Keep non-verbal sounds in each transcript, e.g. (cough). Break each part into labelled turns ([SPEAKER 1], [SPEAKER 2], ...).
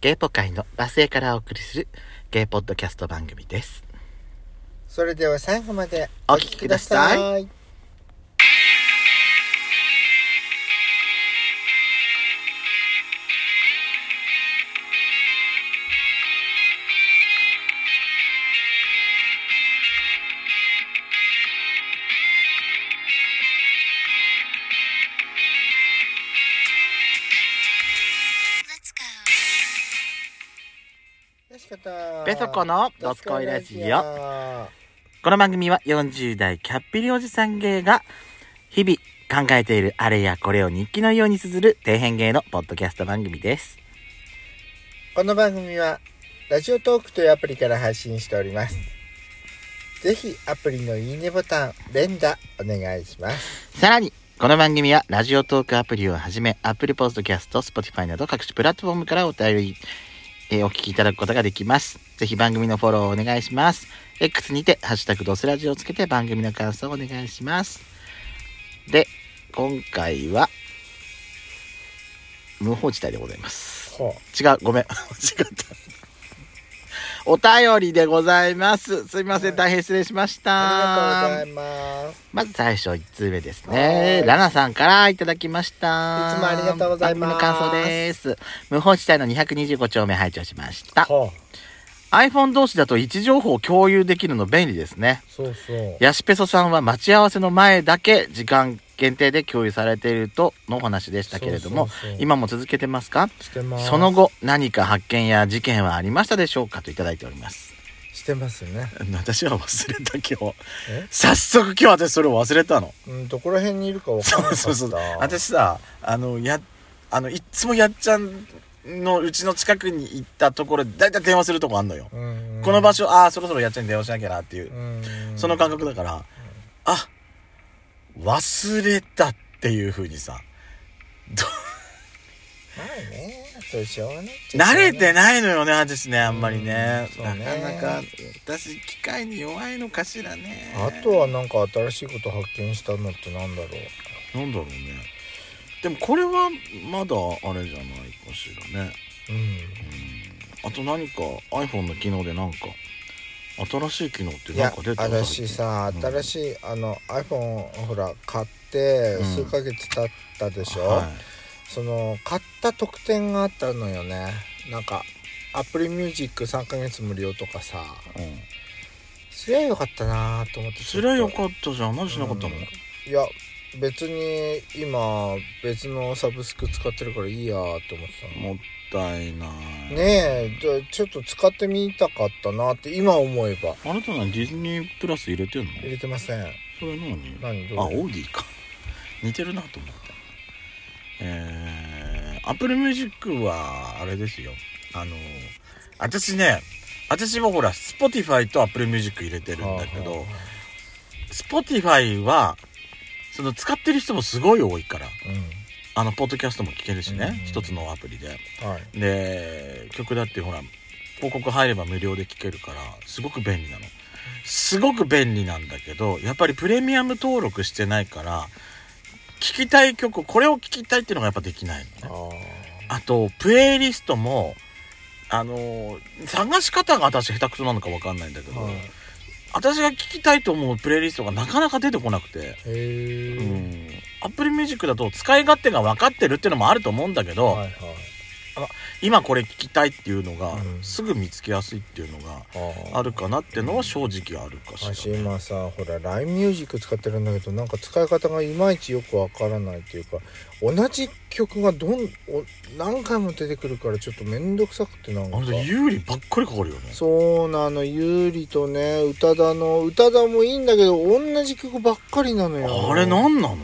[SPEAKER 1] ゲイポ界のバスへからお送りするゲイポッドキャスト番組です。
[SPEAKER 2] それでは最後まで
[SPEAKER 1] お聞きください
[SPEAKER 2] お聞きくださいよしこと
[SPEAKER 1] ペソコのドスコイラジオ。
[SPEAKER 2] オ
[SPEAKER 1] この番組は40代キャッピリおじさん芸が日々考えているあれやこれを日記のように綴る底辺芸のポッドキャスト番組です。
[SPEAKER 2] この番組はラジオトークというアプリから配信しておりますぜひアプリのいいねボタン連打お願いします
[SPEAKER 1] さらに、この番組はラジオトークアプリをはじめ、Apple Podcast、Spotify など各種プラットフォームからお便り、えーお聞きいただくことができます。ぜひ番組のフォローをお願いします。X にて、ハッシュタグドスラジオをつけて番組の感想をお願いします。で、今回は、無法地帯でございます。
[SPEAKER 2] ほ
[SPEAKER 1] 違う、ごめん。違 (laughs) った。お便りでございます。すいません、大変失礼しました。
[SPEAKER 2] ありがとうございます
[SPEAKER 1] まず最初1通目です
[SPEAKER 2] は
[SPEAKER 1] ね
[SPEAKER 2] ー。い
[SPEAKER 1] ラナさんからいただきました。
[SPEAKER 2] いつもありがとうございます
[SPEAKER 1] 番組の感想です。無法地帯の225丁目拝聴しました。
[SPEAKER 2] ほ
[SPEAKER 1] iPhone 同士だと位置情報を共有できるの便利ですね。
[SPEAKER 2] そうそう
[SPEAKER 1] ヤシペソさんは待ち合わせの前だけ時間限定で共有されているとのお話でしたけれども、
[SPEAKER 2] そうそうそう
[SPEAKER 1] 今も続けてますか
[SPEAKER 2] してます
[SPEAKER 1] その後何か発見や事件はありましたでしょうかといただいており
[SPEAKER 2] (laughs)
[SPEAKER 1] ます。
[SPEAKER 2] してますね
[SPEAKER 1] 私は忘れた今日
[SPEAKER 2] え。
[SPEAKER 1] 早速今日私それ忘れたの。
[SPEAKER 2] うんどこら辺にいるかわかんな
[SPEAKER 1] そ
[SPEAKER 2] か
[SPEAKER 1] う
[SPEAKER 2] った
[SPEAKER 1] そうそう私さあのやあのいっつもやっちゃんのうちの近くに行ったところで大体電話するとこあんのよ、
[SPEAKER 2] うん
[SPEAKER 1] この場所ああそろそろやっちゃんに電話しなきゃなっていう、
[SPEAKER 2] うん
[SPEAKER 1] その感覚だから、あ忘れたっていうふうにさ
[SPEAKER 2] まあねそれしょうがないっちゃ
[SPEAKER 1] 慣れて
[SPEAKER 2] し
[SPEAKER 1] ないのよね私ねあんまりね,、
[SPEAKER 2] うんそうね
[SPEAKER 1] なかなか私機械に弱いのかしらね
[SPEAKER 2] ょうがないあとはなんか新しいこと発見したのってなんだろう
[SPEAKER 1] なんだろうねでもこれはまだあれじゃないかしらね
[SPEAKER 2] うん
[SPEAKER 1] あと何か iPhone の機能でなんか新しい機能ってな
[SPEAKER 2] い
[SPEAKER 1] ん
[SPEAKER 2] や
[SPEAKER 1] か出てた
[SPEAKER 2] 私さ
[SPEAKER 1] うん
[SPEAKER 2] 新しいあの iPhone ほら買って
[SPEAKER 1] うん
[SPEAKER 2] 数ヶ月経ったでしょ、
[SPEAKER 1] は
[SPEAKER 2] その買った特典があったのよねなんか Apple Music3 ヶ月無料とかさ
[SPEAKER 1] いうん、
[SPEAKER 2] すりゃよかったなと思って
[SPEAKER 1] そりゃよ
[SPEAKER 2] っ
[SPEAKER 1] かったじゃん何しなかったの、
[SPEAKER 2] うんたいや別に今別のサブスク使ってるからいいやと思ってたの
[SPEAKER 1] もったいない、
[SPEAKER 2] ねえでちょっと使ってみたかったなって今思えば
[SPEAKER 1] あなた何ディズニープラス入れてんの
[SPEAKER 2] 入れてません
[SPEAKER 1] それ何
[SPEAKER 2] 何どう
[SPEAKER 1] あオーディか (laughs) 似てるなと思ってえー、Apple Music はあれですよあの私ね私はほら Spotify と Apple Music 入れてるんだけど、
[SPEAKER 2] はあは
[SPEAKER 1] Spotify はその使ってる人もすごい多いから
[SPEAKER 2] あ
[SPEAKER 1] あのポッドキャストも聞けるしね
[SPEAKER 2] うん
[SPEAKER 1] 一、つのアプリで
[SPEAKER 2] うんはい
[SPEAKER 1] で曲だってほら広告入れば無料で聴けるからすごく便利なのすごく便利なんだけどやっぱりプレミアム登録してないから聴きたい曲これを聴きたいっていうのがやっぱできないのね
[SPEAKER 2] あ
[SPEAKER 1] あとプレイリストもあのー探し方が私下手くそなのか分かんないんだけど、
[SPEAKER 2] はい
[SPEAKER 1] 私が聴きたいと思うプレイリストがなかなか出てこなくて、
[SPEAKER 2] へ
[SPEAKER 1] う
[SPEAKER 2] え、
[SPEAKER 1] ん、Apple Music だと使い勝手が分かってるっていうのもあると思うんだけど、
[SPEAKER 2] はいはい
[SPEAKER 1] 今これ聞きたいっていうのが、
[SPEAKER 2] うん
[SPEAKER 1] すぐ見つけやすいっていうのが
[SPEAKER 2] あ
[SPEAKER 1] あるかなってのは正直あるかしら、
[SPEAKER 2] 私今さほら LINE ミュージック使ってるんだけどなんか使い方がいまいちよくわからないっていうか同じ曲がどんお何回も出てくるからちょっと面倒くさくてなんか
[SPEAKER 1] あの人有利ばっかりかかるよね
[SPEAKER 2] そうなの優里とね宇多田の宇多田もいいんだけど同じ曲ばっかりなのよ
[SPEAKER 1] あれ
[SPEAKER 2] わ
[SPEAKER 1] 何なの、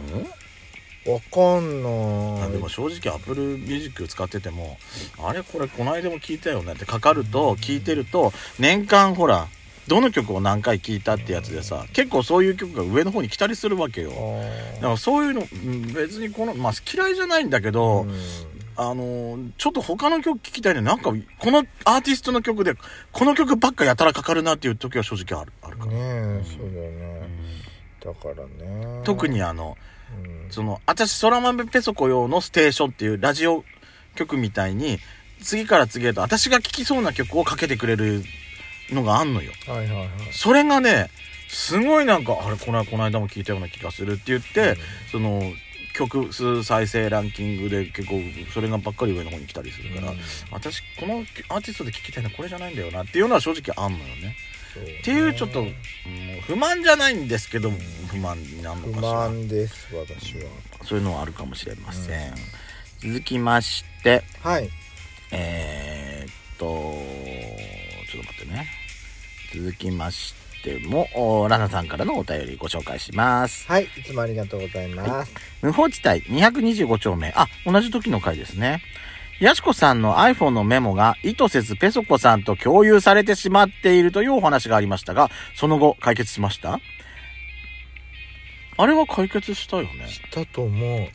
[SPEAKER 2] かんな
[SPEAKER 1] あ
[SPEAKER 2] い
[SPEAKER 1] でも正直 Apple Music 使っててもあれこれこの間も聞いたよねってかかると聞いてると年間ほらどの曲を何回聞いたってやつでさ結構そういう曲が上の方に来たりするわけよ
[SPEAKER 2] あ
[SPEAKER 1] だ
[SPEAKER 2] ー
[SPEAKER 1] からそういうのうん別にこのまあ嫌いじゃないんだけど、
[SPEAKER 2] うん
[SPEAKER 1] あのーちょっと他の曲聴きたいね。なんか、このアーティストの曲で、この曲ばっかやたらかかるなっていう時は正直ある、あるから。
[SPEAKER 2] ねえそうだよねだからね
[SPEAKER 1] 特、にあの、
[SPEAKER 2] うん
[SPEAKER 1] その、私、空豆ペソコ用のステーションっていうラジオ曲みたいに、次から次へと私が聴きそうな曲をかけてくれるのがあんのよ
[SPEAKER 2] はいはいはい
[SPEAKER 1] それがねすごいなんかあれこのこの間も聞いたような気がするって言って、
[SPEAKER 2] うん
[SPEAKER 1] その曲数再生ランキングで結構それがばっかり上の方に来たりするから、
[SPEAKER 2] うん
[SPEAKER 1] 私このアーティストで聴きたいのはこれじゃないんだよなっていうのは正直あんのよね。
[SPEAKER 2] そうね
[SPEAKER 1] っていうちょっと、うん不満じゃないんですけど不満になるの
[SPEAKER 2] 不
[SPEAKER 1] かしら
[SPEAKER 2] 満です私は
[SPEAKER 1] そういうのはあるかもしれません。続きまして
[SPEAKER 2] はい
[SPEAKER 1] えー、っと、ちょっと待ってね。続きましても、おラナさんからのお便りご紹介します。
[SPEAKER 2] はいいつもありがとうございます
[SPEAKER 1] 無法地帯225丁目。あ、同じ時の回ですね。ヤシコさんの iPhone のメモが意図せずペソコさんと共有されてしまっているというお話がありましたが、その後解決しましたあれは解決したよね。
[SPEAKER 2] したと思う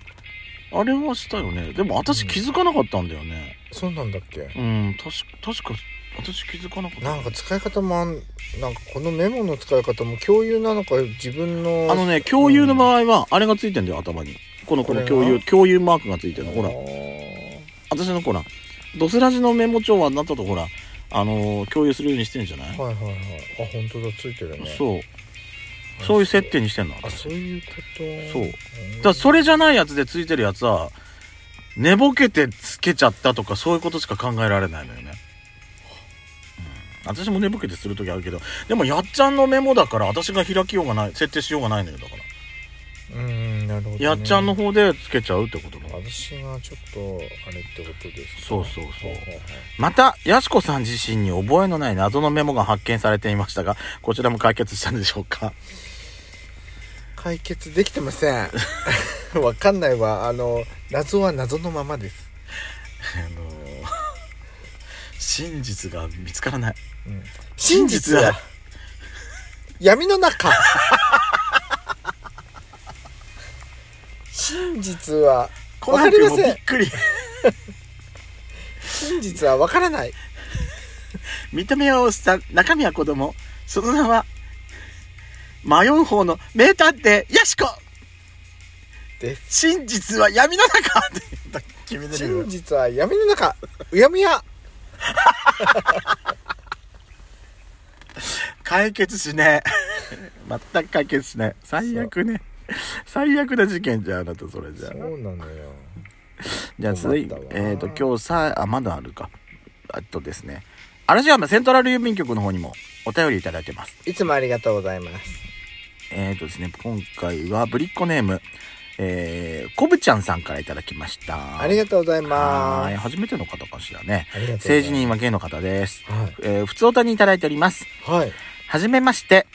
[SPEAKER 1] あれはしたよね。でも私気づかなかったんだよね。
[SPEAKER 2] そうなんだっけ
[SPEAKER 1] うん、確か、確か、私気づかなかった。
[SPEAKER 2] なんか使い方もあんなんかこのメモの使い方も共有なのか自分の
[SPEAKER 1] あのね、共有の場合は、あれがついてんだよ、頭に。この、この
[SPEAKER 2] これが
[SPEAKER 1] 共有、共有マークがついて
[SPEAKER 2] う
[SPEAKER 1] るの。
[SPEAKER 2] ん
[SPEAKER 1] ほら
[SPEAKER 2] あ、ー
[SPEAKER 1] 私のほら、ドスラジのメモ帳はなったとほら、あのー共有するようにしてんじゃない、
[SPEAKER 2] はいはいはいあ本当だついてるね
[SPEAKER 1] そう。
[SPEAKER 2] あ
[SPEAKER 1] そういう設定にしてんの。
[SPEAKER 2] あ
[SPEAKER 1] 私
[SPEAKER 2] そういうこと
[SPEAKER 1] そうだ
[SPEAKER 2] ん
[SPEAKER 1] からそれじゃないやつでついてるやつは、寝ぼけてつけちゃったとか、そういうことしか考えられないのよね。うん私も寝ぼけてするときあるけど、でもやっちゃんのメモだから、私が開きようがない、設定しようがないのよ、だから。
[SPEAKER 2] うんなるほどね
[SPEAKER 1] やっちゃんの方でつけちゃうってことなの。
[SPEAKER 2] 私がちょっとあれってことですか
[SPEAKER 1] そうそうそう
[SPEAKER 2] はいはいはい
[SPEAKER 1] また、やしこさん自身に覚えのない謎のメモが発見されていましたが、こちらも解決したんでしょうか。
[SPEAKER 2] 解決できてません (laughs) わかんないわあの謎は謎のままです、
[SPEAKER 1] あのー真実が見つからない。
[SPEAKER 2] うん
[SPEAKER 1] 真実は
[SPEAKER 2] 闇の中真実は
[SPEAKER 1] この
[SPEAKER 2] わかり
[SPEAKER 1] 時
[SPEAKER 2] ま
[SPEAKER 1] もび
[SPEAKER 2] せん
[SPEAKER 1] っくり。
[SPEAKER 2] 真実はわからない
[SPEAKER 1] 見た目はおっさん、中身は子供。その名は、迷う方の名探偵、やしこ
[SPEAKER 2] です
[SPEAKER 1] 真実は闇の中って言った決めてるよ
[SPEAKER 2] 真。実は闇の中うやむや
[SPEAKER 1] 解決しねえ。全く解決しない。最悪ね。最悪な事件じゃんあなたそれじゃあ。
[SPEAKER 2] そうなのよ
[SPEAKER 1] じゃあ続いて
[SPEAKER 2] 困っ、たわ
[SPEAKER 1] えっ、と、今日さ、あ、まだあるか。あとですね、嵐山セントラル郵便局の方にもお便りいただいてます。
[SPEAKER 2] いつもありがとうございます
[SPEAKER 1] えっ、とですね、今回はぶりっ子ネーム、えー、こぶちゃんさんからいただきました。
[SPEAKER 2] ありがとうござい
[SPEAKER 1] と
[SPEAKER 2] ま
[SPEAKER 1] はい、
[SPEAKER 2] す
[SPEAKER 1] 初めての方かしらね。
[SPEAKER 2] ありがとうございます
[SPEAKER 1] 政治人は芸の方です。
[SPEAKER 2] はい
[SPEAKER 1] えー、普通おたにいただいております。
[SPEAKER 2] はい
[SPEAKER 1] はじめまして、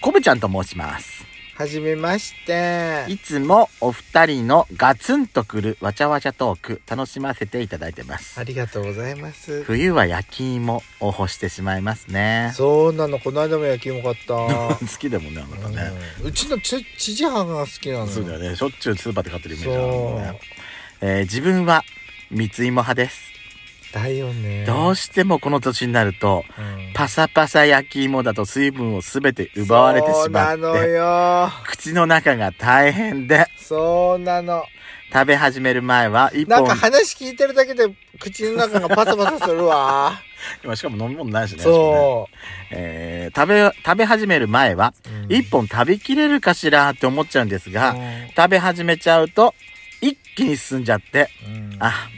[SPEAKER 1] こぶちゃんと申します。
[SPEAKER 2] はじめまして
[SPEAKER 1] いつもお二人のガツンとくるわちゃわちゃトーク、楽しませていただいてます
[SPEAKER 2] あ。りがとうございます
[SPEAKER 1] 冬は焼き芋を干してしまいますね。
[SPEAKER 2] そうなのこの間も焼き芋買った、
[SPEAKER 1] (laughs) 好きだもんね、あなたね。
[SPEAKER 2] うんうちのち知事母が好きなの
[SPEAKER 1] そうだよね。しょっちゅうスーパーで買ってるイメージあるもんね
[SPEAKER 2] そ。
[SPEAKER 1] えー自分は三つ芋派です。
[SPEAKER 2] うだよね
[SPEAKER 1] どうしてもこの年になると、
[SPEAKER 2] うん
[SPEAKER 1] パサパサ焼き芋だと水分を全て奪われてしまっ
[SPEAKER 2] そうなの
[SPEAKER 1] て、
[SPEAKER 2] よ
[SPEAKER 1] 口の中が大変で、
[SPEAKER 2] そうなの
[SPEAKER 1] 食べ始める前は一
[SPEAKER 2] なん
[SPEAKER 1] 本
[SPEAKER 2] か、話聞いてるだけで口の中がパサパサす
[SPEAKER 1] (laughs)
[SPEAKER 2] るわ
[SPEAKER 1] 今しかも飲み物ないしね。
[SPEAKER 2] そ
[SPEAKER 1] えー食べ、食べ始める前は、
[SPEAKER 2] う、うん
[SPEAKER 1] 一本食べきれるかしらって思っちゃうんですが、食べ始めちゃうと一気に進んじゃって
[SPEAKER 2] うん
[SPEAKER 1] あ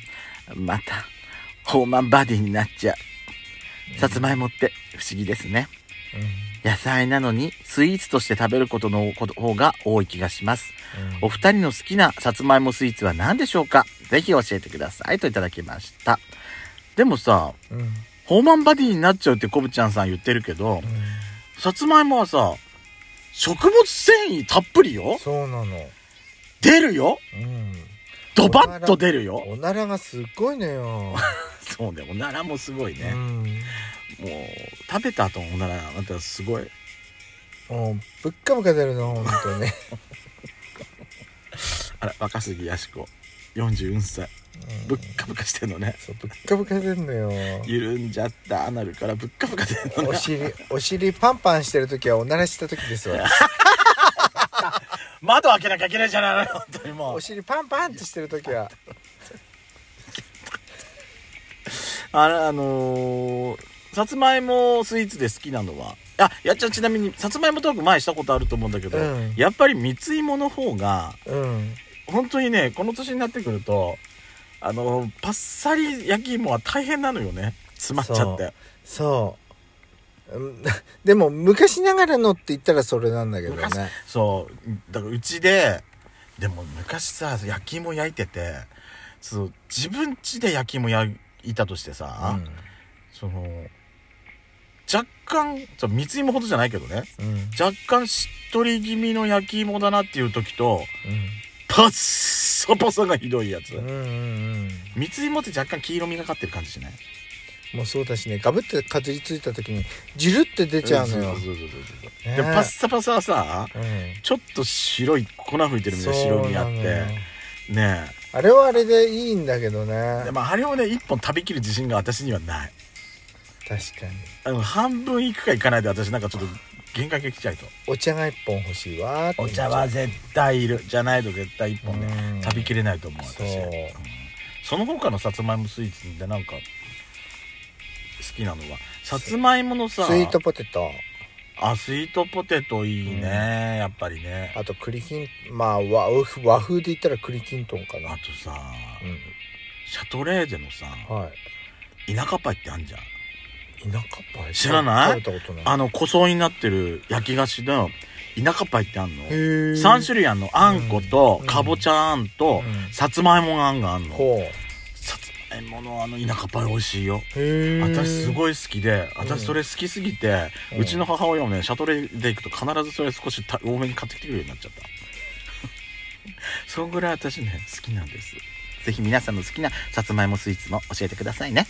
[SPEAKER 1] またホーマンバディになっちゃうさつまいもって不思議ですね
[SPEAKER 2] うん
[SPEAKER 1] 野菜なのにスイーツとして食べることの方が多い気がします
[SPEAKER 2] うん
[SPEAKER 1] お二人の好きなさつまいもスイーツは何でしょうかぜひ教えてくださいといただきましたでもさ
[SPEAKER 2] うんうん
[SPEAKER 1] ホーマンバディになっちゃうってコブちゃんさん言ってるけどさつまいもはさ食物繊維たっぷりよ
[SPEAKER 2] そうなの
[SPEAKER 1] 出るよ
[SPEAKER 2] うん
[SPEAKER 1] ドバッと出るよ
[SPEAKER 2] おならがすっごいのよ、
[SPEAKER 1] そうね、おならもすごいうね。も
[SPEAKER 2] ん、
[SPEAKER 1] う、食べた後のおなら、あなたすごい。
[SPEAKER 2] もうぶっかぶか出るの本当ね、
[SPEAKER 1] あら、若杉やしこ。44歳。
[SPEAKER 2] うん
[SPEAKER 1] ぶっかぶかしてんのね。
[SPEAKER 2] そうぶっかぶか出るのよ
[SPEAKER 1] 緩んじゃったアナルからぶっかぶか出んの
[SPEAKER 2] お
[SPEAKER 1] ね。
[SPEAKER 2] 尻お尻パンパンしてる時はおならした時ですわ
[SPEAKER 1] 窓開けなきゃいけないじゃない、本当にもう
[SPEAKER 2] お。尻パンパンってしてる時は
[SPEAKER 1] あれあのーさつまいもスイーツで好きなのはあやっちゃんちなみにさつまいもトーク前したことあると思うんだけど、
[SPEAKER 2] うん
[SPEAKER 1] やっぱり蜜芋の方が
[SPEAKER 2] うん
[SPEAKER 1] 本当にねこの年になってくるとあのパッサリ焼き芋は大変なのよね詰まっちゃって
[SPEAKER 2] そううん (laughs) でも昔ながらのって言ったらそれなんだけどね
[SPEAKER 1] 昔そうだからうちででも昔さ焼き芋焼いててそう自分家で焼き芋焼いたとしてさ、その若干そう蜜芋ほどじゃないけどね
[SPEAKER 2] うんうん
[SPEAKER 1] 若干しっとり気味の焼き芋だなっていう時とパッサパサがひどいやつ、
[SPEAKER 2] うんうんうん
[SPEAKER 1] 蜜芋って若干黄色みがかってる感じしない
[SPEAKER 2] もうそうだしねガブってかじりついた時にジュルって出ちゃうのよ、
[SPEAKER 1] んそうそうそうそうそう
[SPEAKER 2] ね
[SPEAKER 1] でパッサパサはさ
[SPEAKER 2] うん
[SPEAKER 1] ちょっと白い粉吹いてるみたいな白みあっ
[SPEAKER 2] そうなのよ
[SPEAKER 1] てね
[SPEAKER 2] あれはあれでいいんだけどね
[SPEAKER 1] え、でまあ、あれをね一本食べきる自信が私にはない
[SPEAKER 2] 確かに
[SPEAKER 1] あの半分いくかいかないで私なんかちょっと限界が来ちゃいと
[SPEAKER 2] お茶が一本欲しいわーって
[SPEAKER 1] お茶は絶対いるじゃないと絶対一本ね
[SPEAKER 2] うん
[SPEAKER 1] 食べきれないと思う私
[SPEAKER 2] そう
[SPEAKER 1] うんその他のさつまいもスイーツでなんか好きなのはさつまいもの
[SPEAKER 2] ス
[SPEAKER 1] さ
[SPEAKER 2] イートポテト
[SPEAKER 1] あスイートポテトいいね、
[SPEAKER 2] うん
[SPEAKER 1] やっぱりね
[SPEAKER 2] あと栗きんまあ和和風で言ったら栗きんとんか
[SPEAKER 1] あ
[SPEAKER 2] な
[SPEAKER 1] とさ
[SPEAKER 2] う
[SPEAKER 1] シャトレーゼのさ
[SPEAKER 2] んはい
[SPEAKER 1] 田舎パイってあんじゃん
[SPEAKER 2] 田舎パイ
[SPEAKER 1] 知らない
[SPEAKER 2] 食べたことない
[SPEAKER 1] あの小層になってる焼き菓子の田舎パイってあんの
[SPEAKER 2] へ
[SPEAKER 1] 3種類あんのあんこと
[SPEAKER 2] うん
[SPEAKER 1] かぼちゃあんと
[SPEAKER 2] うん
[SPEAKER 1] さつまいもあんがあんの
[SPEAKER 2] ほう
[SPEAKER 1] さつまいものあの田舎パイ美味しいよ
[SPEAKER 2] へ
[SPEAKER 1] 私す
[SPEAKER 2] い
[SPEAKER 1] ごい好きで私それ好きすぎて、
[SPEAKER 2] う
[SPEAKER 1] うんちの母親もねシャトレで行くと必ずそれ少した多めに買ってきてくれるようになっ
[SPEAKER 2] (laughs)
[SPEAKER 1] ちゃったそんぐらい私ね好きなんですぜひ皆さんの好きなさつまいもスイーツも教えてくださいね